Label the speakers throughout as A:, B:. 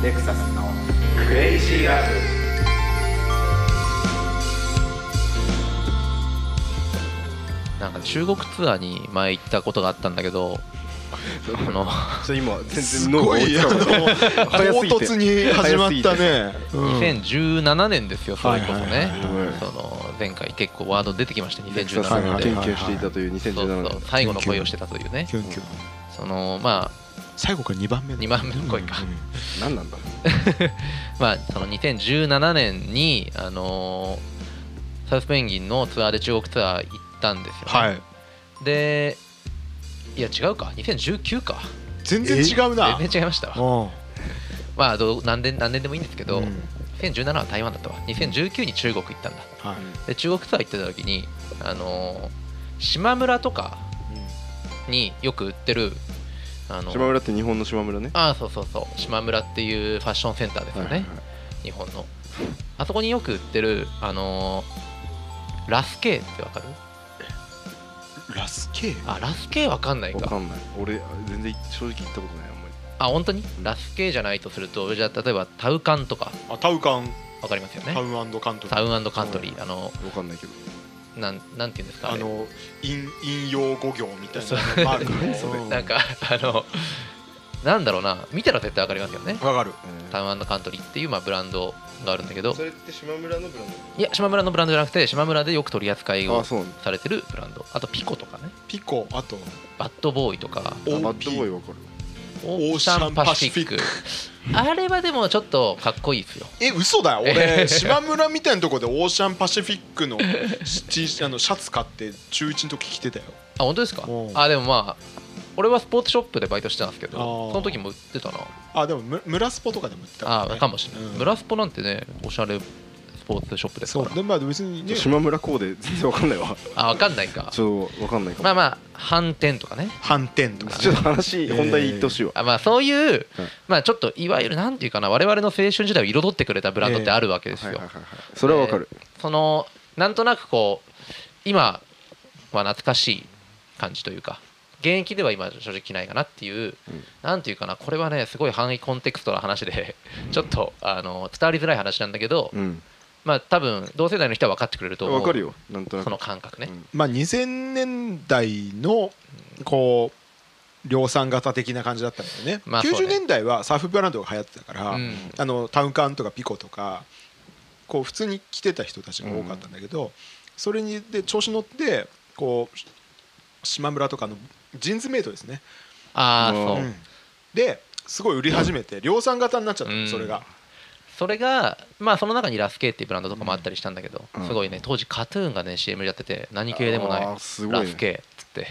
A: レクサスの
B: クレイジーラブ
C: なんか中国ツアーに前行ったことがあったんだけど、あの
D: ちょっと今全
E: す
D: 然脳が
E: ご
D: 追い
E: い
D: つかない
E: 唐
D: 早すぎて
E: 突に始まったね
C: 2017年ですよ、それこそね
E: はいはいはい。
C: その前回結構ワード出てきました、
D: レクサスさ
C: 2017
D: んが
E: はい
C: 年
D: 研
C: で。
D: 究していたという
C: そう
D: 2017
C: そう
D: 年
C: 最後の恋をしてたというね。
E: キュンキュン
C: そのまあ
E: 最後から2番目だ
C: 2番目の恋か
E: うんうん
D: 何なんだ
C: まあその2017年にあのーサウスペンギンのツアーで中国ツアー行ったんですよね。
E: はい
C: でいや違うか2019か
E: 全然違うな
C: 全然違いましたわ
E: うん
C: まあどう何年何年でもいいんですけど、
E: うん
C: 2017は台湾だったわ2019に中国行ったんだ
E: はい
C: で中国ツアー行ってた時にあのー島村とかによく売ってるあの
D: 島村って日本の島村ね
C: ああそうそうそう島村っていうファッションセンターですよね、
D: はいはい
C: 日本のあそこによく売ってるあのーラスケーってわかる
E: ラスケー
C: あラスケーわかんない
D: わ
C: か
D: かんない俺全然正直行ったことないあんまり
C: あ本当にラスケーじゃないとするとじゃあ例えばタウカンとか
E: あタウカン
C: わかりますよ
E: タ
C: ね
E: ウンカントリー
C: タウンカントリーあの
D: わかんないけど
C: なんなんていうんですか
E: あ
C: あれ
E: の引引用語行みたい
C: そう
E: なマークの
C: なんかあのなんだろうな見たら絶対わかりますよね
E: わかる
C: タウンカントリーっていうまあブランドがあるんだけど
D: れって島村のブラン
C: いや島村のブランドじゃなくて島村でよく取り扱い
D: あ
C: を
D: そうなんだ
C: されてるブランドあとピコとかね
E: ピコあと
C: バッドボーイとか
D: あ
E: OP
D: バッドボーイわかる
C: オ
E: ーシャンパシフィック
C: あれはでもちょっとかっこいいですよ
E: え嘘だよ俺島村みたいなとこでオーシャンパシフィックの T あのシャツ買って中1の時着てたよ
C: あ本当ですか
E: おう
C: あでもまあ俺はスポーツショップでバイトしてたんですけど
E: あー
C: その時も売ってたな
E: あでもむ村スポとかでも売ってた
C: あーかもしれない、
E: うん
C: ブラスポなんてねおしゃれスポーツショップですか
E: そう
C: ら
E: でまあ別にね
D: 島村コーデ全然わかんないわ
C: あわかんないか
D: ちょっとわかんないかも
C: まあまあ反転とかね
E: 反転とか
D: ちょっと話本題言ってほしいわ
C: あまあそういう
D: はい
C: まあちょっといわゆるなんていうかな我々の青春時代を彩ってくれたブランドってあるわけです
D: はい
C: よ
D: はいはいはいそれはわかる
C: そのなんとなくこう今は懐かしい感じというか現役では今正直着ないかなっていう、
D: うん
C: なんていうかなこれはねすごい範囲コンテクストな話でちょっとあの伝わりづらい話なんだけど、
D: うん
C: まあ多分同世代の人は分かってくれると思う
D: わかるよなんとな
C: その
D: く
C: 感覚ね、
D: うん
E: まあ2000年代のこう量産型的な感じだったんだよね,、
C: まあそうね
E: 90年代はサーフブランドが流行ってたから、
C: うん
E: あのタウンカンとかピコとかこう普通に着てた人たちが多かったんだけど、それにで調子乗ってこう島村とかのジーンズメイトですね、
C: ああそう、
D: うん
E: ですごい売り始めて量産型になっちゃったの、
C: うん
E: それが
C: それがまあその中にラスケっていうブランドとかもあったりしたんだけど、
D: うん
C: すごいね当時カトゥーンがね CM やってて何系でもない
D: あーすごいね
C: ラスケっつって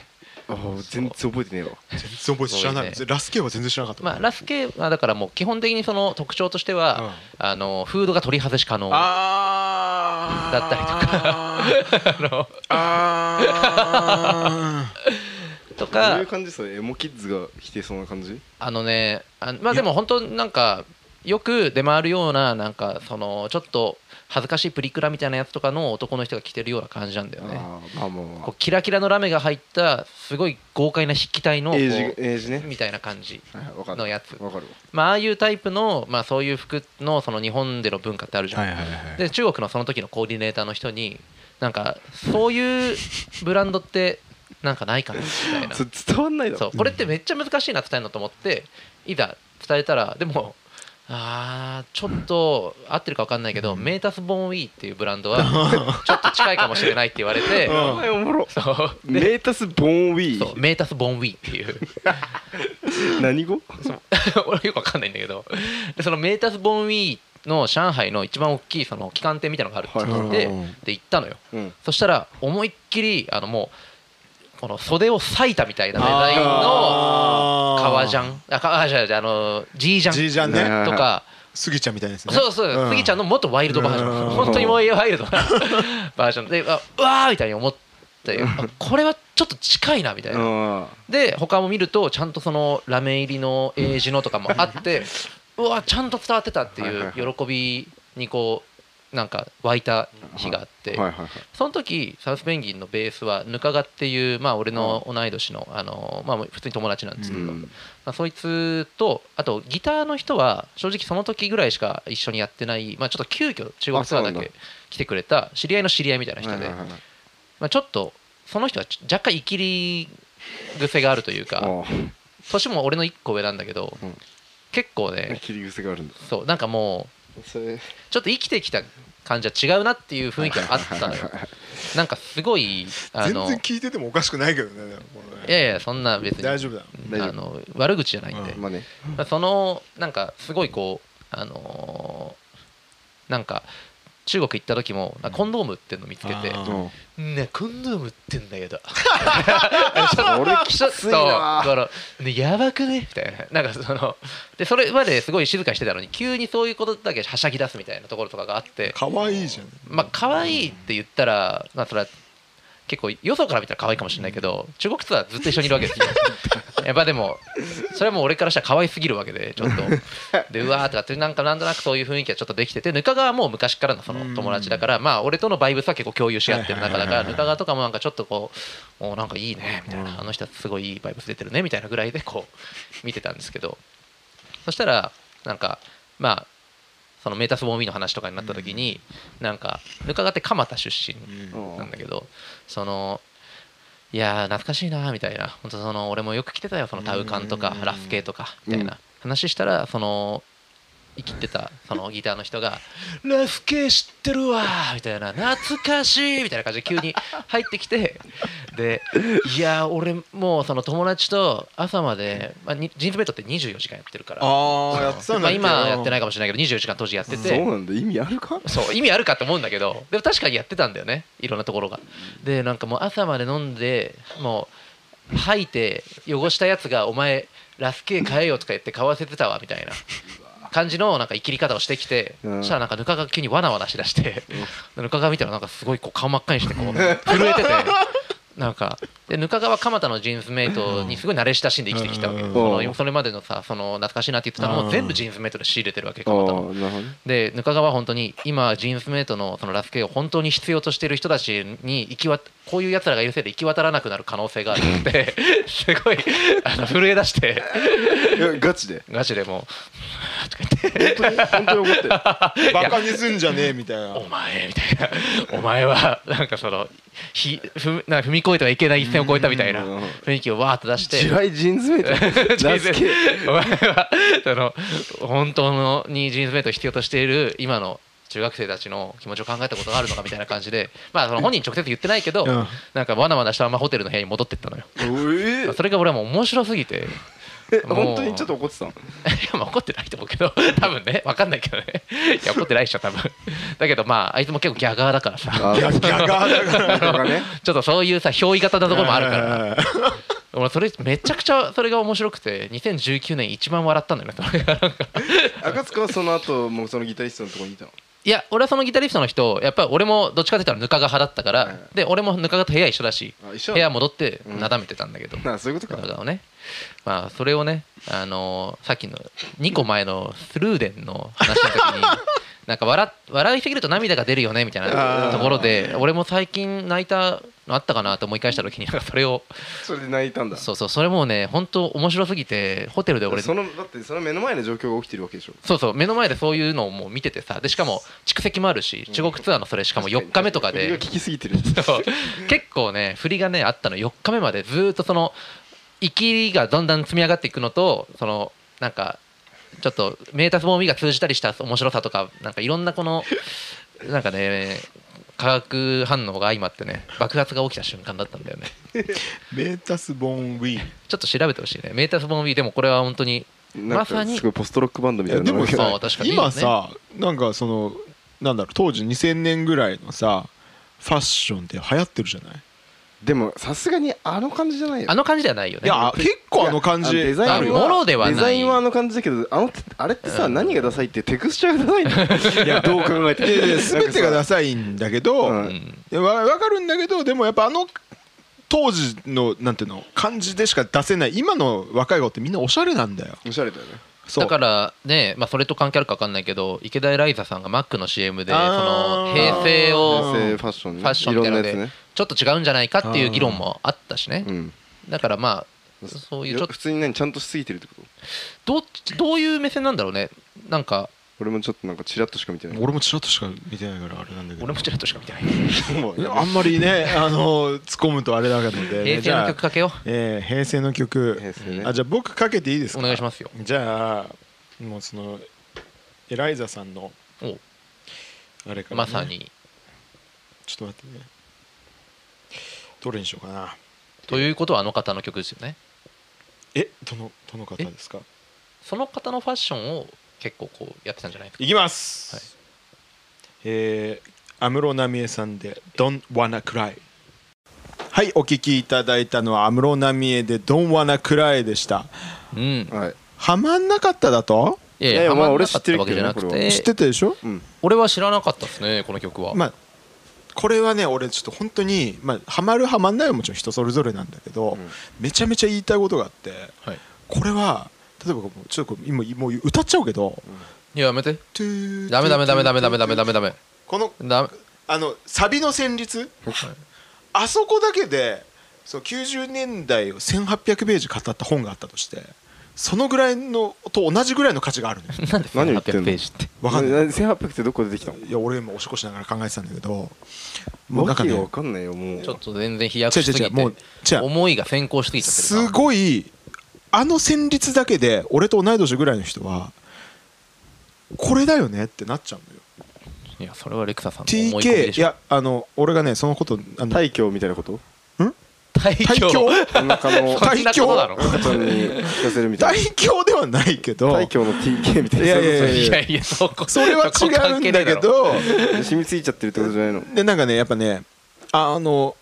D: あー全然覚えてねえわ
E: 全然覚えて知らない、
C: すごい
E: ラスケは全然知らなかった、
C: まあ、ラス系はだからもう基本的にその特徴としては、あのフードが取り外し可能だ
E: あー
C: ったりとか あの
E: あー
C: と
D: どうい
C: か
D: う感じそれエモキッズが否定そうな感じ
C: あのねあのまあでも本当なんかよく出回るようななんかそのちょっと恥ずかしいプリクラみたいなやつとかの男の人が着てるような感じなんだよね。
D: あーまあまあま
C: こうキラキラのラメが入ったすごい豪快な筆記体の
D: あ
C: こう
D: エイジエイジね
C: みたいな感じ
D: はいはいわかる
C: のやつ。
D: わかる
C: まあああいうタイプのまあそういう服のその日本での文化ってあるじゃん。
E: い はいはい
C: で中国のその時のコーディネーターの人になんかそういうブランドってなんかないかなみたい
D: わ
C: な
D: それ伝わんないだ
C: そ
D: ろ
C: うこれってめっちゃ難しいな伝えるのと思っていざ伝えたらでもあーちょっと合ってるか分かんないけどメータス・ボン・ウィーっていうブランドはちょっと近いかもしれないって言われ て
D: 名前おもろ
C: そう
D: メ
C: で
D: ータス・ボーン・ウィ
C: そう
D: ー
C: メータス・ボン・ウィーっていう
D: 何語
C: 俺よく分かんないんだけどでそのメータス・ボン・ウィーの上海の一番大きいその旗艦店みたいなのがあるって聞いて
D: はいはいはい
C: で行ったのよ
D: うん
C: そしたら思いっきりあのもうこの袖を裂いたみたいなデザインの
E: あー
C: 革ジャンあ革ジャンじゃああの G ジャン
E: G ジャンね
C: とか
E: スギちゃんみたいですね
C: そうそううんスギちゃんのもっとワイルドバージョン
E: うん
C: 本当にもうワイルドなバージョンであうわーみたいに思ってあこれはちょっと近いなみたいな
D: あ
C: で他も見るとちゃんとそのラメ入りの英字のとかもあってうわちゃんと伝わってたっていう喜びにこうなんか湧いた日があって、
D: はいはいはい
C: その時サウスペンギンのベースはぬかがっていう、まあ、俺の同い年の、あのまあ、普通に友達なんですけど、
D: うん
C: まあ、そいつとあとギターの人は正直その時ぐらいしか一緒にやってない、まあ、ちょっと急遽中国ツアー
D: あそうな
C: だ
D: んだ
C: け来てくれた知り合いの知り合いみたいな人
D: はい
C: で、
D: はいはい
C: まあ、ちょっとその人はちょ若干イキり癖があるというか
D: ああ
C: 年も俺の1個上なんだけど、
D: うん
C: 結構ね
D: 切り癖があるんだ
C: そうなんかもう
D: それ
C: ちょっと生きてきた感じは違うなっていう雰囲気はあったのよなんかすごいあ
E: 全
C: の
E: 然聞いててもおかしくないけどねでもこ
C: い
E: れね
C: やいやそんな別に
E: 大丈夫だよ
D: 大丈夫
C: あの悪口じゃないんで、
D: まあね
C: まあそのなんかすごいこうあのーなんか中国行った時もなんかコンドーム売ってんの見つけて
E: あ
D: う
C: 「
D: ん
C: ねコンドーム売ってんだけど」
D: 俺き
C: ちょっ
D: つ
C: と
D: い
C: だ
D: な
C: から、ね、やばくねみたいななんかそのでそれまですごい静かにしてたのに急にそういうことだけはしゃぎ出すみたいなところとかがあって
E: 可愛いじゃん
C: まあ可愛いって言ったらまあそれは結構よそから見たら可愛いかもしれないけど中国ツアーずっと一緒にいるわけ ですよやっぱでもそれはもう俺からしたら可愛すぎるわけでちょっとでうわーとかってなんかなんとなくそういう雰囲気はちょっとできててぬかがもう昔からのその友達だからまあ俺とのバイブスは結構共有し合ってる中だからぬかがとかもなんかちょっとこうおなんかいいねみたいなあの人はすごいいいバイブス出てるねみたいなぐらいでこう 見てたんですけどそしたらなんかまあそのメータスボーミーの話とかになった時になんかぬかがって蒲田出身
D: うん
C: なんだけどそのいやー懐かしいなーみたいな本当その俺もよく来てたよそのタウカンとか
E: うん
C: ラスケとかみたいな話したらその生きてたそのギターの人が「 ラスケ知ってるわ」みたいな「懐かしい」みたいな感じで急に入ってきてでいやー俺もうその友達と朝まで、まあ、にジーンズベッドって24時間やってるから
E: ああやってたん
C: ま
E: だ
C: あ、今やってないいかもしれないけど24時間当時やってて
D: そうなんだ意味あるか
C: そう意味あるかと思うんだけどでも確かにやってたんだよねいろんなところがでなんかもう朝まで飲んでもう吐いて汚したやつが「お前ラスケ買えよ」とか言って買わせてたわみたいな感じのなんか生きり方をしてきて
D: うん
C: そしたらなんかぬかが急にわなわなしだしてぬかが見たらなんかすごいこう顔真っ赤にしてこう震えてて。なんかでぬかがは蒲田のジーンズメイトにすごい慣れ親しんで生きてきたわけそ
E: うん
C: のそれまでのさその懐かしいなって言ってたのも全部ジーンズメイトで仕入れてるわけ
D: ああ
C: 蒲
D: な
C: 田
D: る
C: の
D: ほどね
C: で額賀は本当に今ジーンスメイトのそのラスケを本当に必要としている人たちに行きわこういうやつらがいるせいで行き渡らなくなる可能性があるって すごいあの震え出して
D: いやガチで
C: ガチでもうとか言って
D: 本当に本当 に怒ってる
E: バカにすんじゃねえみたいな
C: お前みたいなお前はなんかそのひふなんか踏み越えてはいけない一線を越えたみたいな
D: うん
C: 雰囲気をわーっと出して
D: 地雷ジーンズ メイトラスケ
C: お前はその本当のにジーンズメイトを必要としている今の中学生たちの気持ちを考えたことがあるのかみたいな感じでまあその本人に直接言ってないけど、
E: うん
C: なんかわなわなしたままホテルの部屋に戻ってったのよ
D: え
C: それが俺はもう面白すぎてい
D: え
C: もう
D: 本当にちょっと怒ってたの
C: やまあ怒ってないと思うけど多分ね分かんないけどねいや怒ってないっしょ多分だけどまああいつも結構ギャガーだからさ
D: あ
E: ギャギャガーだから
D: だからね
C: ちょっとそういうさ憑依型なところもあるから
E: ら
C: 俺それめちゃくちゃそれが面白くて2019年一番笑ったんだよねそれがなんか
D: 赤塚はその後もうそのギタリストのとこにいたの
C: いや俺はそのギタリストの人やっぱり俺もどっちかって言ったらぬかが派だったから、
D: はい
C: で俺もぬかがと部屋一緒だし
D: あ一緒
C: 部屋戻ってなだめてたんだけど、
D: なあそういうこと
C: ぬか
D: か
C: がをねまあそれをねあのーさっきの2個前のスルーデンの話の時 になんか笑っ笑いすぎると涙が出るよねみたいなところで俺も最近泣いたのあったかなと思い返した時になんかそれを
D: それで泣いたんだ
C: そうそうそれもうね本当面白すぎてホテルで俺
D: そのだってその目の前の状況が起きてるわけでしょ
C: そうそう目の前でそういうのをもう見ててさでしかも蓄積もあるし中国ツアーのそれしかも4日目とか
D: 振り
C: で
D: が聞きすぎ てる
C: そう結構ね振りがねあったの4日目までずーっとその息がだんだん積み上がっていくのとそのなんかちょっとメータスボーミが通じたりした面白さとかなんかいろんなこのなんかね化学反応が相まってね爆発が起きた瞬間だったんだよね
E: メータスボンウィー
C: ちょっと調べてほしいねメータスボーミでもこれは本当に
D: なん
C: まさ
D: か
C: に
D: すごいポストロックバンドみたいな
E: で
D: のが
E: も
C: そ
E: さ
C: う確かにいいよね
E: 今さなんかそのなんだろう当時2000年ぐらいのさファッションって流行ってるじゃない
D: でもさすがにあの感じじゃないよ
C: あの感じではないよ
E: い
C: ね
E: や結構あの感じ
D: いやデザインは
C: あるよもろではない
D: デザインはあの感じだけどあのあれってさ何がダサいってテクスチャーがダサいんだよい やどう考えても
E: いやいや全て
D: な
E: が
D: ん
E: ダ
D: かさ
E: サいんだけど、
D: う
E: わ
D: ん
E: 分かるんだけどでもやっぱあの当時のなんていうの感じでしか出せない今の若い子ってみんなおしゃれなんだよ
D: おしゃれだよね
E: そう
C: だからね、まあ、それと関係あるか分かんないけど池田エライザさんがマックの CM でそ
E: あー
C: の平成を
D: 平成ファッションね
C: ファッションみたいなの
D: いろんな
C: で
D: やつね
C: ちょっと違うんじゃないかっていう議論もあったしね
D: うん
C: だからまあそういうちょっと
D: 普通に何ちゃんとしすぎてるってこと
C: どっちどういう目線なんだろうねなんか
D: 俺もちょっとなんかチラッとしか見てない
E: 俺もちらっとしか見てないからあれなんだけど
C: 俺もちらっとしか見てない
D: も
E: あんまりねあの突っ込むとあれだけどで、ね、
C: 平成の曲かけよ
E: じゃあえー平成の曲
D: 平成ね
E: あじゃあ僕かけていいです
C: う
E: か
C: お願いし
E: ま
C: ますよ
E: すじゃあもうそのエライザさんの
C: お
E: あれから、
C: ま
E: ね、
C: さに
E: ちょっと待ってねどれにしようかな
C: ということはあの方の曲ですよね
E: えどのどの方ですか
C: その方のファッションを結構こうやってたんじゃないですか
E: いきます、
C: はい
E: えー、安室奈美恵さんで「Don't Wanna Cry」はいお聞きいただいたのは安室奈美恵で「Don't Wanna Cry」でした
C: うん
D: はい
E: はまんなかっただと
C: いやい
D: いやい
C: や
D: や
C: ま
D: ま
C: あ
D: あ
C: 俺
D: 俺
C: 知
D: 知
C: っ
D: ってて
C: る
D: る
C: わけ
D: け
C: じ
D: ど
C: ゃ
D: ね
C: なく
D: これ
C: て
D: は
E: 知ってたでしょ
D: うん
C: 俺は知らなかったですねこの曲は
E: まあこれはね俺ちょっと本当にまあハマるハマんないはもちろん人それぞれなんだけど、
D: ん
E: めちゃめちゃ言いたいことがあって
C: はい
E: これは例えばこうちょっとこう今もう歌っちゃうけど、
C: いややめて
E: トゥー
C: ダメダメダメダメダメダメダメダメ
E: この
C: ダメ
E: あのサビの旋律あそこだけでそう90年代を1800ページ語った本があったとしてそのぐらいのと同じぐらいの価値がある のよ
C: なんで
D: 何を言ってんの
C: 800ページって
E: わかんな
D: な
E: い
D: 1800ってどこ出てきたの
E: いや俺今おしっこしながら考えてたんだけどもうなん
D: わ
E: か
D: けが
E: ね
D: わかんないよもう
C: ちょっと全然飛躍しす
E: 違う違
C: ぎ
E: う違うもう違
C: て
E: う
C: 思いが先行しすぎちゃってる
E: すごいあの旋律だけで俺と同い年ぐらいの人はこれだよねってなっちゃうのよ
C: いいやそれはレクサさんの思い込みで
E: TK い
C: しょ
E: やあの俺がねそのことあの
D: 大凶みたいなこと
C: 大
E: 大
C: 凶
E: 凶
D: お腹の
C: そんなこと だろ
D: 赤ちゃんに聞かせるみたい
E: 大凶ではないけ ど
D: な大凶の TK みたいない
E: やいやい
C: いや
E: や
C: いやそこ
E: それは
C: そこ
E: 違う
C: 関
E: ん
C: 係ねえ
E: だけ
C: ろ
E: ど
D: 染みついちゃってるってことじゃないの
E: でなんかねやっぱねああの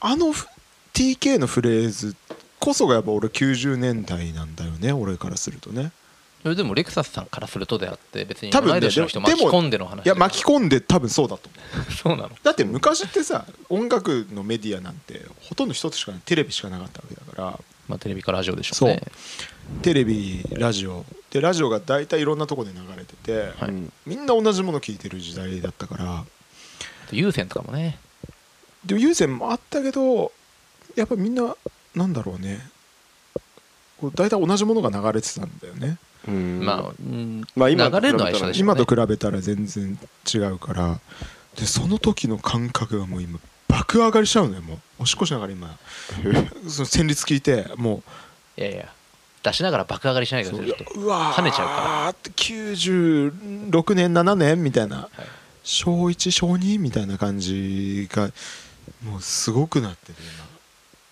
E: あのふ TK のフレーズこそがやっぱ俺90年代なんだよね俺からするとね
C: それでもレクサスさんからするとであって別に
E: 多分
C: 同
E: ね
C: い年の人巻き込んでの話
E: いや巻き込んで多分そうだと思う
C: そうなの
E: だって昔ってさ音楽のメディアなんてほとんど一つしかないテレビしかなかったわけだから
C: まあテレビかラジオでしょうね
E: テレビラジオでラジオが大体いろんなとこで流れてて、
C: はい
D: うん
E: みんな同じもの聞いてる時代だったから
C: 優先とかもね
E: でも優先もあったけどやっぱみんななんだろうねこう大体同じものが流れてたんだよね
D: うん
C: まあうん
D: まあ
C: 流
D: 今と比べ
C: れ
D: たら
C: るのは一緒でしょう
E: 今
C: ね
E: と比べたら全然違うからでその時の感覚がもう今爆上がりしちゃうのよもうおしっこしなが ら今その旋律聞いても
C: いやいや出しながら爆上がりしないで
E: う
C: くだ
E: う
C: さいちょっと
E: うわー
C: 跳ねちゃうから
E: って96年7年みたいな、小1小2みたいな感じがもうすごくなってる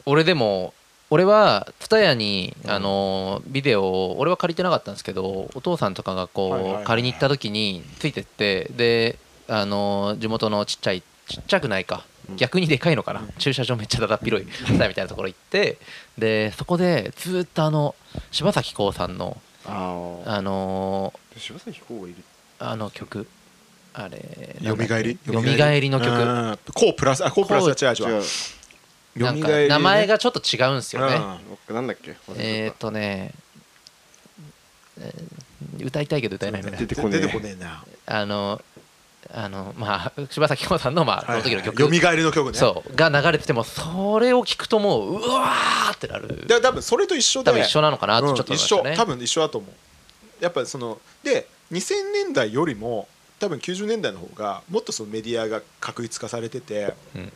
C: 俺でも俺は TSUTAYA にあのビデオを俺は借りてなかったんですけどお父さんとかが
E: はいはい
C: こ
E: はいう
C: 借りに行った時についてってであの地元のちっちゃいちっちゃくないか逆にでかいのかな駐車場めっちゃだだっ広い TSUTAYA みたいなところ行ってでそこでずーっとあの柴咲コウさんの
D: ああ
C: あの
D: 柴咲コウがいる
C: あの曲あれ
E: 今よみがえり
C: よみがえりの曲
E: うんこうプラスあこうプラスは違
D: じ
E: う
D: ゃ
E: 違う
C: な
E: よ
C: ん
E: み
C: か
E: がえりね
C: 名前がちょっと違うんですよね
D: あなんだっけ忘
C: えーっ
D: れちゃっ
C: とね、えー歌いたいけど歌えないみたい
E: 出
C: な
E: てこねえ出てこねえな
C: あのあのまあ柴咲コウさんのまあその時の曲、
E: よみがえりの曲ね
C: そうが流れててもそれを聞くともううわーってなる
E: で多分それと一緒で
C: 多分一緒なのかなってちょっと思
E: うん
C: いま
E: 一
C: した
E: 緒
C: ね、
E: 多分一緒だと思うやっぱそので2000年代よりも多分90年代の方がもっとそのメディアが確立化されてて
C: うん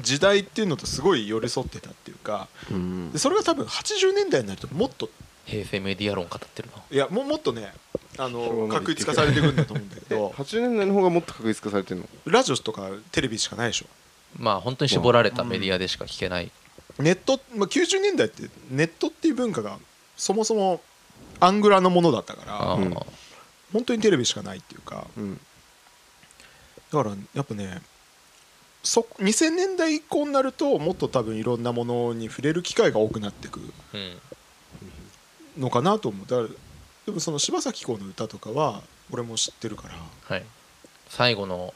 E: 時代っていうのとすごい寄り添ってたっていうか
D: たうん
E: でそれが多分80年代になるともっと
C: 平成メディア論語ってるない
E: やもうもっとねあ
D: そ
E: の
D: う
E: 確立化されていくんだと思うんだけ
D: え
E: ど
D: 80年代の方がもっと確立化されてるの
E: ラジオとかテレビしかないでしょ
C: まあ本当に絞られたメディアでしか聞けない、
E: ネット、まあ、90年代ってネットっていう文化がそもそもアングラのものだったから
C: あー
D: うん
E: 本当にテレビしかないっていうか
D: うん
E: だからやっぱねそ2000年代以降になるともっと多分いろんなものに触れる機会が多くなってく
C: うん
E: のかなと思うだからでもその柴咲コウの歌とかは俺も知ってるから
C: はい、最後の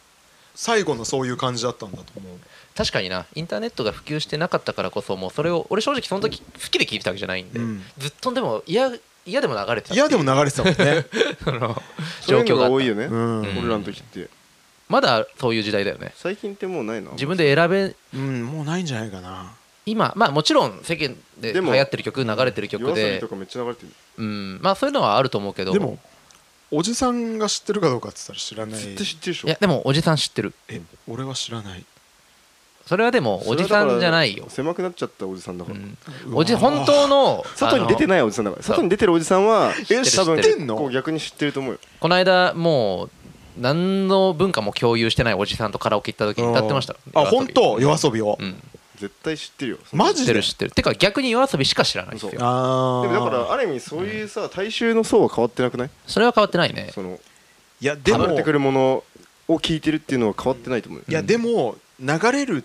E: 最後のそういう感じだったんだと思う
C: 確かになインターネットが普及してなかったからこそもうそれを俺正直その時好きで聞いてたわけじゃないんで、
E: うん
C: ずっとでも嫌嫌でも流れてたっていう
E: 嫌でも流れてたもんね
C: その
D: そ
C: 状
D: ういう
C: 況
D: の
C: があっ
D: が多
C: た
D: いよね
E: うん、
C: ん
D: 俺らの時って
C: まだそういう時代だよね
D: 最近ってもうないな
C: 自分で選べ
E: うん、もうないんじゃないかな
C: 今まあもちろん世間で
D: で
C: 流
D: も
C: 行ってる曲流れてる曲
D: 夜遊び
C: で
D: とかめっちゃ流れてる
C: うんまあそういうのはあると思うけど
E: でもおじさんが知ってるかどうかって言ったら知らない
D: 絶対知ってるでしょ
C: いやでもおじさん知ってる
E: え俺は知らない
C: それはでもおじさんじゃないよ、
D: 狭くなっちゃったおじさんだか
C: う
D: ら
C: ん、
E: うわ
C: おじ本当の
D: 外に出て
C: い
D: ないおじさんだから
C: そう
D: 外に出てるおじさんは
E: え
C: 知
D: 多
C: って
D: 分
C: る
E: 知ってんの
D: こう逆に知ってると思うよ
C: この間もう何の文化も共有してないおじさんとカラオケ行った時に歌ってました
E: あ本当
C: よ
E: 夜遊びを、
C: うん
D: 絶対知ってるよ
E: マ
C: 知
E: ジ
C: って
E: で
C: る知ってるてか逆に夜遊びしか知らないです
D: そう
C: よ
E: あ
D: で
E: あ
D: もだからある意味そういうさ大衆の層は変わってなくない
C: それは変わってないね
D: その
E: いやで
D: 流
E: も
D: れてくるものを聞いてるっていうのは変わってないと思うよ
E: いやでも流れる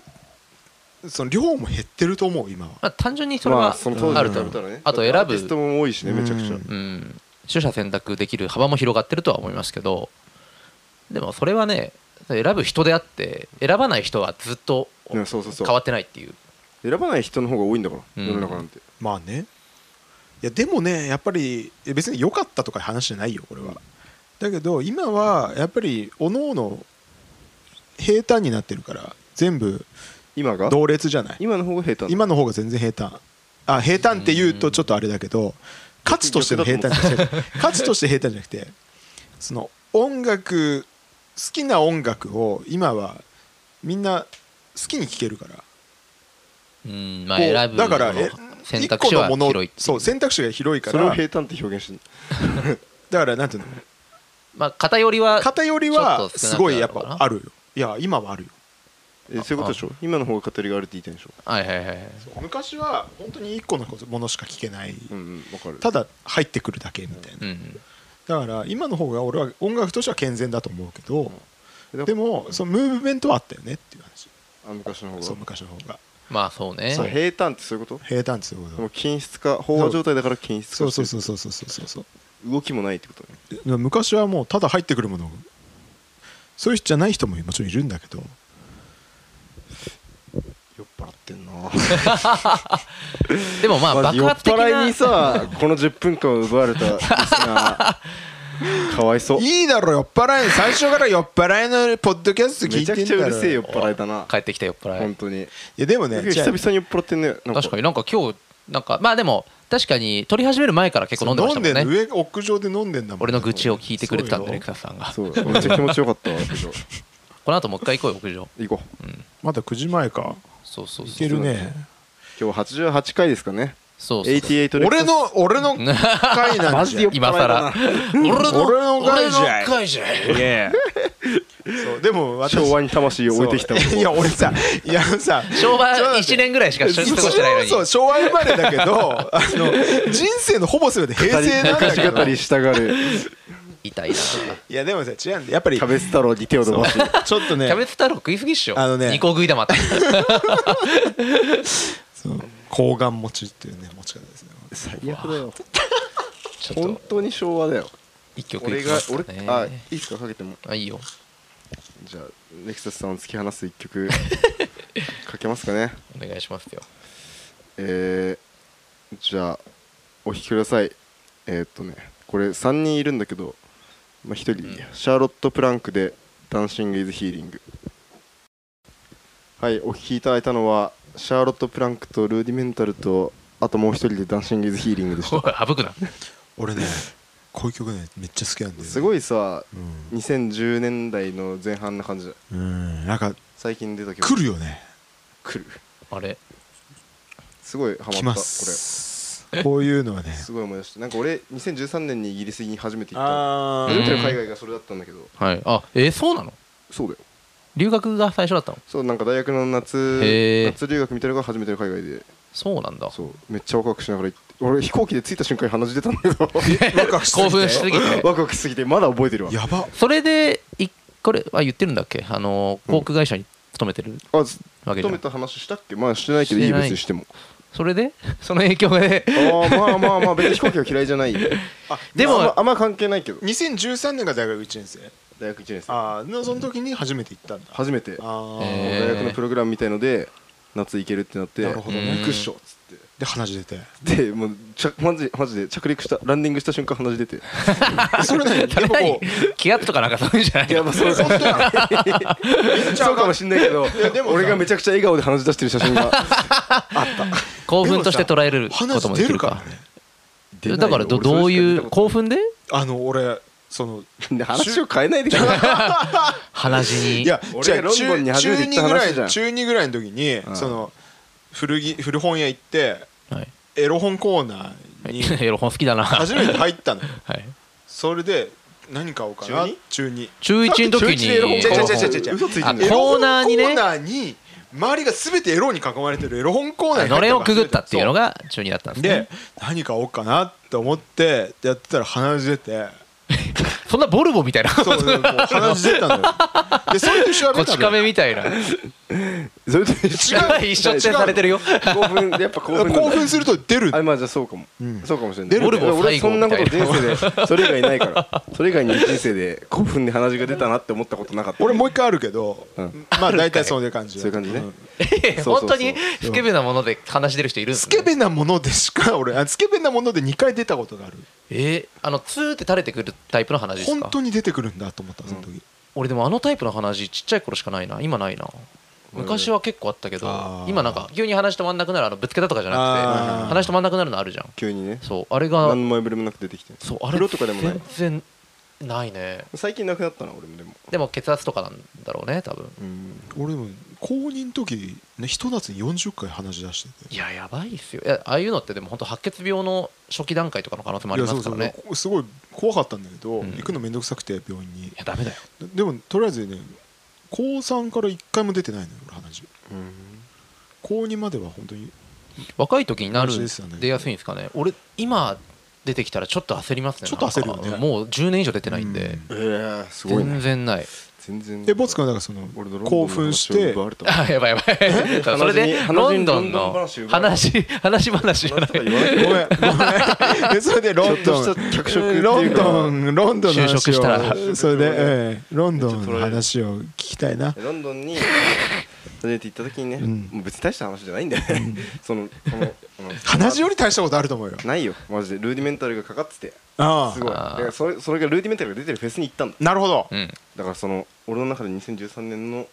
E: その量も減ってると思う今は
C: まあ単純にそれ
D: ま
C: は
D: あその当時
C: ある
D: に
C: と
D: 比
C: 思
D: べ
C: う
D: たらね
C: あと
D: だってアーティ
C: 選
D: ス
C: ぶ
D: トも多いしねめちゃくちゃ
E: うん
C: うん取捨選択できる幅も広がってるとは思いますけどでもそれはね選ぶ人であって選ばない人はずっと
D: いや
C: 変
D: そうそうそう
C: わってないっていう
D: 選ばない人の方が多いんだから
C: うん
D: 世の中なんて
E: まあねいやでもねやっぱりいや別に良かったとかいう話じゃないよこれは、だけど今はやっぱりおのおの平坦になってるから全部
D: 今が
E: 同列じゃない
D: 今の方が平坦
E: 今の方が全然平坦あ平坦って言うとちょっとあれだけど価値としての平坦じゃなくて価値として平坦じゃなくてその音楽好きな音楽を今はみんな好きに聴けるから
C: うんまあ
E: こう
C: 選ぶ
E: だから
C: もの
E: え
C: 選択肢は
E: 一個のも
C: 広い
E: の
C: っていう
E: そう選択肢が広いか
D: それを
E: ら
D: 平坦って表現してる
E: だからなんていうの
C: まあ偏りは
E: 偏りはすごいやっぱあ
C: る
E: るよいや今はあるよ
D: えそういうことでしょ今の方が語りがあるって言いたいんでしょ
C: はいはいはい
E: 昔は本当に一個のものしか聴けない
D: うんうんわかる
E: ただ入ってくるだけみたいな
C: うん
E: だから今の方が俺は音楽としては健全だと思うけど
D: で
E: で
D: も
E: もそのムーブメントはあったよねっていう話
D: あ昔の方が
E: そ
D: そう
E: 昔の方が
C: まあそうね
D: う平坦ってそういうこと
E: 平坦ってそういうこ
D: でも
E: と
D: 均質化飽和状態だから均質
E: そ
D: 化
E: う
D: して
E: そう
D: る
E: そうそうそうそうそう
D: 動きもないってことね
E: で昔はもうただ入ってくるものそういう人じゃない人ももちろんいるんだけど
D: 酔っ払ってんな
C: でもまあ
D: ま
C: 爆
D: ず酔っ
C: 発的
D: 払いに
C: な
D: さこの10分間を奪われたリスナ ーかわいそう
E: いいだろ酔っ払い最初から酔っ払いのポッドキャスト聞
D: め
E: い
D: ち
E: て
D: ゃ
E: んだ
D: く
E: ろ
D: ちゃうるせえ酔っ
E: い
D: 払いだな
C: 帰ってきた酔っ払い
D: 本当に
E: やでもね
D: 久
E: じゃあ
D: 々に酔っ払ってんねなんか
C: 確かになんか今日なんかまあでも確かに撮り始める前から結構飲んでましたもん
E: 飲ん
C: ね
E: でんの上屋上で飲んでんだもん
C: 俺の愚痴を聞いてくれてたんだ
E: そう
C: ね
E: よ
C: 草さんが
D: そうめっちゃ気持ちよかったわけど
C: この後もう一回行こうよ屋上
D: 行こう
E: まだ9時前か
C: そうそう
E: い
C: そ
E: け
C: う
E: るね
D: 今日88回ですかね
C: そうそうそう
D: 88レックス
E: 俺の俺の回 なん
D: マジ
E: じ
D: で酔
E: ゃん
D: っ払い
C: 今
D: だな
C: 更俺の
E: 俺の
C: 俺
E: 回じ
C: の
E: ゃん
C: 会じゃん
E: そうでも私
D: 昭和に魂を置いてきた
E: そういや俺さいやあの さ
C: 昭和1年ぐらいしか過ごしてないのに
E: 一応そう昭和生まれだけど あの人生のほぼ全て平成なんだけ
D: 昔語
E: ど
D: りしたがる
C: 痛いな
E: いやでもさ違うんだやっぱり
D: キャベツ太郎に手を伸ばし
E: ちょっと
C: キ
E: ね
C: ャベツ太郎食いすぎっしょ
E: あのね
C: 二個食いだまた
E: そう睾丸持ちっていうね持ち方ですね
D: 最悪だよ
C: ちょっ
D: 本
C: と
D: 当に昭和だよ
C: 一曲い
D: 俺
C: き
D: が
C: ますか
D: 俺
C: ね
D: あいいっすかかけても
C: あいいよ
D: じゃあネクサスさんを突き放す一 曲かけますかね
C: お願いしますよ
D: えー、じゃあお聴きくださいえー、っとねこれ3人いるんだけど、まあ、1人、シャーロット・プランクで「ダンシング・イズ・ヒーリング」はいお聴きいただいたのはシャーロット・プランクとルーディメンタルとあともう1人で「ダンシング・イズ・ヒーリング」でし
C: お
D: た
C: い省くな
E: 俺ねこういう曲ねめっちゃ好きなんだよ
D: す
E: い
D: ごいさ
E: う
D: 2010年代の前半な感じだ
E: んうんなんか
D: 最近出た曲
E: 来るよね
D: 来る
C: あれ
D: すごいハマった
E: 来
D: こ
E: ま
D: れ
E: すこういうのはね
D: すごい思い出してなんか俺2013年にイギリスに初めて行った
E: あ
D: 初
E: ー
D: めての海外がそれだったんだけど
C: はいあえーそうなの
D: そうだよ
C: 留学が最初だったの
D: そうなんか大学の
C: へー
D: 夏夏留学みたいなのが初めての海外で
C: そうなんだ
D: そうめっちゃワクワクしながら行って俺飛行機で着いた瞬間に鼻血出たんだけど
E: ワクワク しす
C: 興
E: ぎて
C: 奮しすぎて
D: ワクワクしすぎてまだ覚えてるわ
E: やば
C: それでいこれあ言ってるんだっけあの航空会社に勤めてる
D: あず
C: わけじゃ
D: 勤め
C: ん
D: た話したっけまあしてないけどい
C: し
D: い
C: てない
D: 別にしても
C: それで その影響で
D: あ ーまあまあまあ別に飛行機は嫌いじゃない
E: あ
C: でも
D: あんまあんま関係ないけど
E: 2013年が大学1年生
D: 大学1年生
E: ああのその時に初めて行ったんだ
D: 初めて
E: ああ
C: へー
D: 大学のプログラムみたいので夏行けるってなって
E: なるほどね
D: 行くっしょっつって
E: で鼻血出て
D: でもうちゃマジマジで着陸したランディングした瞬間鼻血出て
E: それ 何
C: それ
E: でもこ
C: 何
E: う
C: 気圧とかなんかそういうんじゃない
D: いや
C: の
D: まあそうそう そうかもしんないけど
E: やでもさ
D: 俺がめちゃくちゃ笑顔で鼻血出してる写真が
C: 興奮として捉える
E: 鼻
C: こと
E: 血
C: もでき
E: 出る
C: る
E: から
C: か
E: ね
D: 出ないよ
C: だからど
D: 俺それし
C: どういう
D: 見たこと
C: 興奮で
E: あの俺その
D: ない話を変えないでください
C: 鼻血に
E: いや
D: 俺
E: じゃあ
D: ロンドンに初めて行った
E: 中二ぐら
D: 話じゃ
E: い
D: ん
E: 中2ぐらいの時に、
D: ん
E: その古着古本屋行って
C: はい
E: エロ本コーナ ーに
C: エロ本好きだなは
E: 初めて入ったのよ
C: い
E: それで何買おうかな
D: 中二
E: 中2
C: 中1の時に
D: 中一でエロ本
E: 違う違う違う違う違う
D: 嘘ついて
C: あ
D: ん
C: コ
D: だよ
C: ーナーに
E: エロ本コー
C: ね
E: ナーに周りが全てエロに囲まれてるエロ本コーナーに入
C: のれんを
E: た
C: く
E: のが初めて
C: ぐったっていうのが中2だったん
E: そ
C: で
E: う
C: すね
E: で何買おうかなって思ってやってたら鼻血出て
C: そんなボルボみたいな
E: そうそうこう鼻血出たんだよでそれと調べ
C: こ
E: た
C: ち
E: のよ
C: 亀みたいな
D: それと一緒
E: 違 う
C: 一緒ってされてるよ
D: 興奮やっぱ興奮なんだ
E: 興奮すると出る
D: あまあじゃあそうかも、
E: ん
D: そうかもしれない
E: 出る
D: 俺
C: ボルボ最
D: 俺
C: 後
D: そんなこと
C: みたい
D: 人
C: な
D: 生でそれ以外ないからそれ以外に人生で興奮で鼻血が出たなって思ったことなかった
E: 俺もう一回あるけど、
D: ん
E: まあ大体そういう感じ
D: そういう感じね、
E: ん
C: え
D: そうそうそう
C: 本当にスケベなもので話してる人いるんです
E: ス
C: ね
E: ケベなものでしか俺あスケベなもので2回出たことがある
C: えーあのツーって垂れてくるタイプの鼻血です
E: 本
C: か
E: 当に出てくるんだと思ったその時、
C: 俺でもあのタイプの鼻血ちっちゃい頃しかないな今ないな昔は結構あったけ
E: あ
C: ど
E: ー
C: 今なんか急に話止まんなくなるあのぶつけたとかじゃなく
E: あー
C: て話止まんなくなるのあるじゃん
D: 急にね
C: そうあれが
D: 何の前触れもなく出てきて
C: そうあれ
D: 風呂とかでもない
C: 全然ないね
D: 最近なくなったな俺もでも
C: でも血圧とかなんだろうね多分
D: うん
E: 俺でも高2の時ねひと夏に40回話し出してて
C: いややばいっすよいやああいうのってでも本当白血病の初期段階とかの可能性もありますから
E: いや
C: ね
E: そうそうすごい怖かったんだけど、
C: うん
E: 行くのめんどくさくて病院に
C: いやダメだよ
E: でもとりあえずね高3から1回も出てないのよ俺鼻血高2までは本当に
C: 若い時になる
E: 同じですよね
C: 出やすいんですかね俺今出てきたらちょっと焦りますね
E: ちょっと焦るよね
C: なんかもう10年以上出てないんで、
D: えー、すごい
C: 全
D: ね
C: 然ない
D: 全然
E: えボツ君はだからその
D: 俺のロンドンの話
E: 興奮して
D: 奪われた
C: あやばいやばいそうそれで
D: 鼻
C: ロ
D: 血に
C: ンドン
D: 鼻
C: の
D: 血に
C: 話話話じゃない
D: 話とか言わな
E: ご
D: い
E: めんごめんえそれでロンド ン
D: ちょっとした脚色っていうか
E: ロンドンロンドンの話を
C: 就職したら
E: それで、ええロンドンの話を聞きたいな
D: ロンドンに初めて行った時にね、
E: うん
D: もう別に大した話じゃないんだよね そのそのうん
E: 鼻血より大したことあると思うよ
D: ないよマジでルーディメンタルがかかってて
E: あ
D: す
E: あ
D: ごいだ
C: あー
D: からそれそれがルーディメンタルが出てるフェスに行ったんだ
E: なるほど
C: うん
D: だからその俺の中で2013年の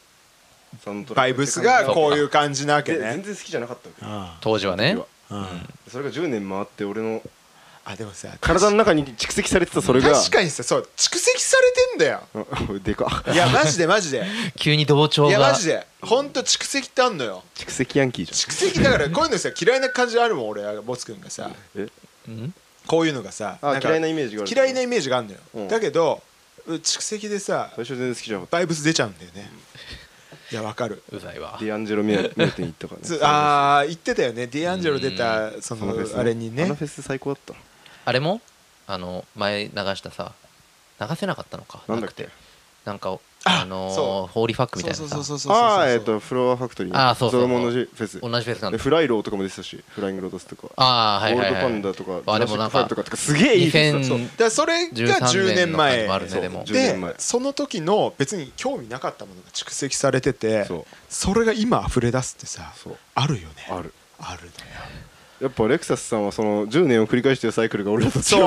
D: サウンドトラ
E: バ
D: ッ
E: イ
D: ク
E: ブスがこういうう感じなわけ
D: で全
E: ね
D: 然好きじゃなかったわけ
E: あ
C: 当時はね
D: 僕は
E: あうん
D: それが10年回って俺の
E: あでもさ
D: 体の中に蓄積されてたそれが
E: 確かにさそう蓄積されてんだ よ
D: にでか
E: いやマジでマジで
C: 急に同調
E: いやマ
C: が
E: ジでほんと蓄積ってあんのよ
D: 蓄積ヤンキーじ
E: 蓄積だからこういうのさ嫌いな感じあるもん俺はボツ君がさ
D: ゃんえ
C: うん
E: こういうのがさ
D: あ
E: んか
D: 嫌いなイメージがある
E: 嫌いなイメージがあるのよ、
D: うん
E: だけど蓄積でさ
D: 最初全然好きじゃなかっ
E: バイブス出ちゃうんだよねいやわかる
C: うざいわ
D: たディアンジェロ目当てに行ったから
E: つ
D: ね
E: ああ言ってたよねディアンジェロ出たそ
D: その
E: の
D: フェス
E: あれに
D: あ
E: ね
D: のフェス最高だった
C: あれもあの前流したさ流せなかったのか
D: なん
C: な
D: だっ
C: く
D: け
C: てなんか
E: あ
C: あの
E: そ
C: ーホーリーファックみたい
E: そ
C: な
E: うそう
C: さ
E: そうそう
D: ああーえっ
E: そう
D: とフロアファクトリー
C: あーそうそう
D: それも同じフェス
C: 同じフェスなん
D: で
C: だ
D: フライローとかも出てたしフライングロードスとか
C: ああ
D: ゴ
C: は
D: ー
C: いはい
D: ルド
C: はい
D: パンダとか
C: あでも
D: ジュラ
C: なんか
D: シックパークとかとかすげえいいフェスだ
C: 2000
D: った
E: そうだからそれが10
C: 13
E: 年
C: 年の感じ
E: 前
C: もあるねで
D: そう
C: も
D: 10
E: で
D: 年前
E: その時の別に興味なかったものが蓄積されてて
D: そう
E: それが今溢れ出すってさ
D: そう
E: あるよね
D: ある
E: あるね
D: やっぱレクサスさんはその10年を繰り返してるサイクルが俺らと違う
E: そう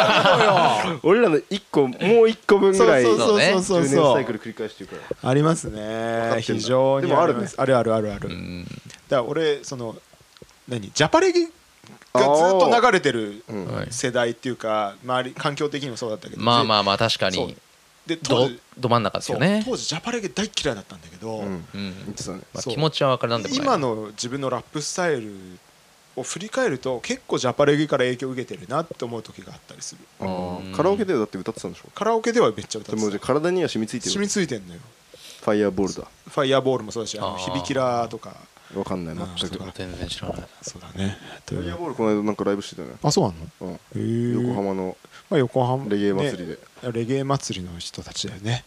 E: あるのよ
D: 俺らの1個もう1個分ぐらい
E: そう
D: 10
E: そうそうそう
D: 年
E: そ
D: サ
E: う
D: イクル繰り返してるから
E: あります
D: かってん
E: ね
D: だ
E: 非常に
D: でもあるね
E: ますあるあるあるある、
C: う
E: だか
C: ん
E: ら俺その何ジャパレギがずっと流れてる
D: うん
C: はい
E: 世代っていうか周り環境的にもそうだったけど
C: まあまあまあ確か
E: そう
C: に
E: で
C: ど
E: 当時
C: ど真ん中です
E: そう
C: よね
E: 当時ジャパレギ大嫌いだったんだけど、
D: うん
C: うん
D: 言ってたね
C: まあ
E: そう
C: 気持ちは分からなんでもない
E: 今の自分のラップスタイルを振り返ると結構ジャパレギから影響を受けてるなって思う時があったりする
D: あ
C: う
D: ー
C: ん
D: カラオケでだって歌ってたんでしょ
E: カラオケではめっちゃ歌っ
D: で
E: て
D: もじゃあ
E: た
D: 体には染みついて
E: 染み
D: る
E: ついてんのよ
D: ファイヤーボールだ
E: ファイヤーボールもそうだしあの
C: あー
E: 響きらとか
D: わかんない
E: あー
D: 全く
E: そう
D: フ
E: か
C: 全然知らない
E: そうだねと
D: ァイ
E: い
D: ヤー
E: う
D: ボールこの間なんかライブしてたよね
E: あそうなの
D: うん
E: へー
D: 横浜の
E: まあ、横浜
D: レゲエ祭りで
E: ねレゲエ祭りの人たちだ よね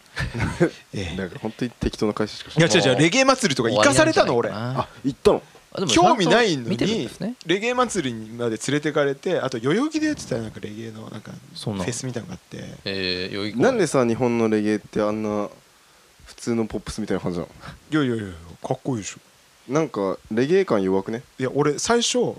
E: え
D: な
E: え
D: んか本当に適当な会社しかし
E: い
D: な
E: や
D: い
E: 違う違うレゲエ祭りとか行かされたの俺
C: 終わりなんじゃない
D: あ行ったの
C: かなあでもちゃんと
E: 興味ないの
C: 見てるん
E: に
C: ですね
E: レゲエ祭りにまで連れてかれてあと代々木でやってたなんかレゲエのなんかフ
C: そうなの
E: ェスみたいなのがあって
C: えー代々木公園
D: なんでさ日本のレゲエってあんな普通のポップスみたいな感じなの
E: いやいやいやかっこいいでしょ
D: なんかレゲエ感弱くね
E: いや俺最初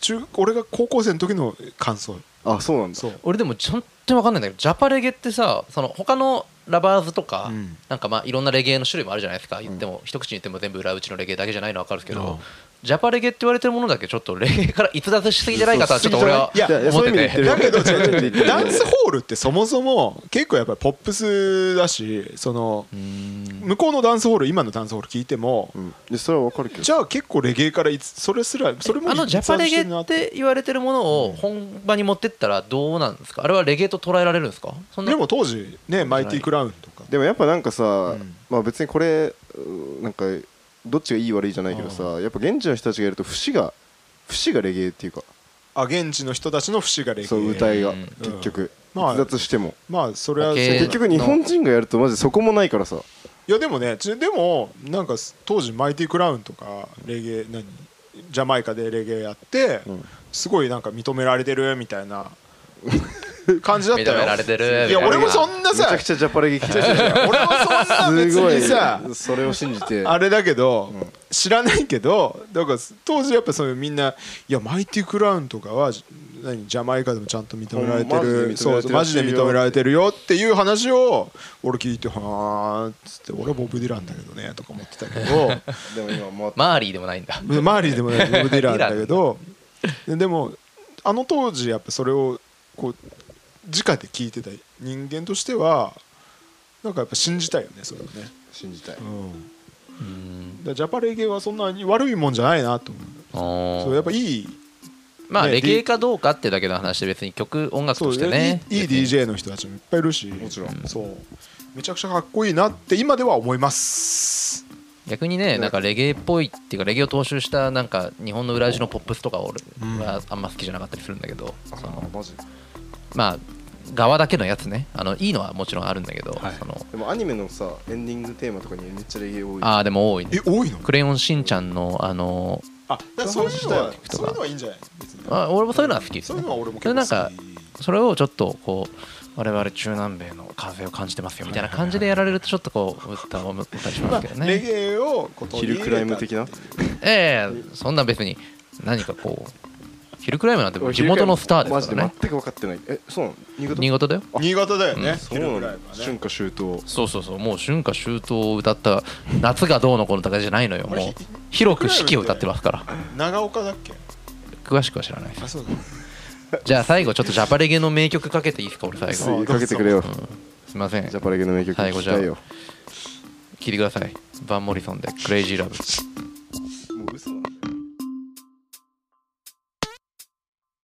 E: 中俺が高校生の時の感想
D: あそうなんだ
E: そう
C: 俺でも本当に分かんないんだけどジャパレゲってさその他のラバーズとか、
E: うん
C: なんかまあいろんなレゲエの種類もあるじゃないですか言っても、一口に言っても全部裏打ちのレゲエだけじゃないの分かるんですけど、
E: うん
C: ジャパレゲって言われてるものだけちょっとレゲエから逸脱しすぎじゃないかとはちょっと俺はい
E: や
D: いや
C: 思
D: そ
C: っ
D: ういう
C: て
D: 意味で言って
C: て
D: る
E: だけど
D: そういう意味で言ってる
E: ダンスホールってそもそも結構やっぱりポップスだしその
C: うん
E: 向こうのダンスホール今のダンスホール聞いても
D: うんでそれはわかるけど
E: じゃあ結構レゲエからいつそれすらそれも
C: あのジャパレゲ
E: 一貫
C: っ
E: してるな
C: て言われてるものを本場に持ってったらどうなんですかあれはレゲエと捉えられるんですかそんな
E: でも当時ねマイティクラウンとか
D: でもやっぱなんかさ、
E: うん
D: まあ別にこれうなんかどっちがいい悪いじゃないけどさやっぱ現地の人たちがいると節が節がレゲエっていうか
E: あ現地の人たちの節がレゲエ
D: そう歌いが
C: うん
D: 結局
E: まあ
D: 逸脱しても
E: まあそれは
C: オッケー
D: 結局日本
E: い
D: 人がやるとマジそこもないからさ
E: やでもねちでもなんかす当時マイティクラウンとかレゲエ何ジャマイカでレゲエやって、
D: うん
E: すごいなんか認められてるみたいな感じだったよ
C: 認められてる
E: いや俺もそんな
D: めち
E: さ
D: ゃくちゃジャパレゲ聞いてる
E: 俺もそん な別
D: すご
E: にさ
D: いそれを信じて
E: あれだけど、
D: うん
E: 知らないけどだから当時やっぱそういうみんないやマイティクラウンとかはじ何ジャマイカでもちゃんと認められて
D: うんマジで認められてる
E: る、そうそうマジで認められてるよっていう話を俺聞いてはあっつって俺はボブ・ディランだけどねとか思ってたけ ど
D: でも今もう
C: マーリーでもないんだ
E: マーリーでもないボブ・ディランだけどででもあの当時やっぱそれをこう直で聞いてた人間としてはなんかやっぱ信じたいよねそれをね。
D: 信じたい
E: うんだからジャパレゲはそんなに悪いもんじゃないなと思うそうやっぱいい
C: まあ
E: ね
C: レゲエかどうかってだけの話で別に曲音楽
E: そ
C: と
E: う
C: してね
E: いいいい DJ の人たちもいっぱいいるしも
D: ちろん
E: そうめちゃくちゃかっこいいなって今では思います
C: 逆にねなんかレゲエっぽいっていうかレゲエを踏襲したなんか日本の裏地のポップスとか俺はあんま好きじゃなかったりするんだけど、その
D: マジ
C: まあ側だけのやつねあのいいのはもちろんあるんだけど、
E: はい
C: その
D: でもアニメのさエンディングテーマとかにめっちゃレゲエ多い
C: ああでも多い
E: え
C: ね
E: 多いの
C: クレヨンしんちゃんのあの
E: あだからそういうのは
C: そう
E: そういうのはいいんじゃない別に
C: あ俺もそういうのは好きです、
E: そういうのは俺も
C: けど
E: 結
C: な
E: 構
C: んか
E: 好き
C: それをちょっとこう我々中南米の風を感じてますよみたいな感じでやられるとちょっとこう歌を思ったりし
E: ま
C: ますけど
E: あ
C: ね、
E: レゲエをこう
D: ヒルクライム的な
C: ええそんな別に何かこうヒルクライムなんて地元のスター
D: マ
C: です
D: ジ
C: か
D: で
C: らね
D: 全く分かってないえそうなの新潟
C: 新潟だよ
E: 取り入れた新潟だよね
D: そ
E: ヒル
D: うな
E: クラ
D: の
E: イムはね
D: 春夏秋冬
C: そうそうそうもう春夏秋冬を歌った夏がどうのこうのとかじゃないのよもう広く四季を歌ってますから
E: 長岡だっけ
C: 詳しくは知らないです
E: あそうだ
C: じゃあ最後ちょっとジャパレゲの名曲かけていいですか俺最
D: つ
C: 後
D: いかけてくれよ
C: すいません
D: ジャパレゲの名曲
C: 最後
D: 聞き
C: じゃあ
D: たいよ
C: 聴いてくださいバン・モリソンで「クレイジー・ラブ」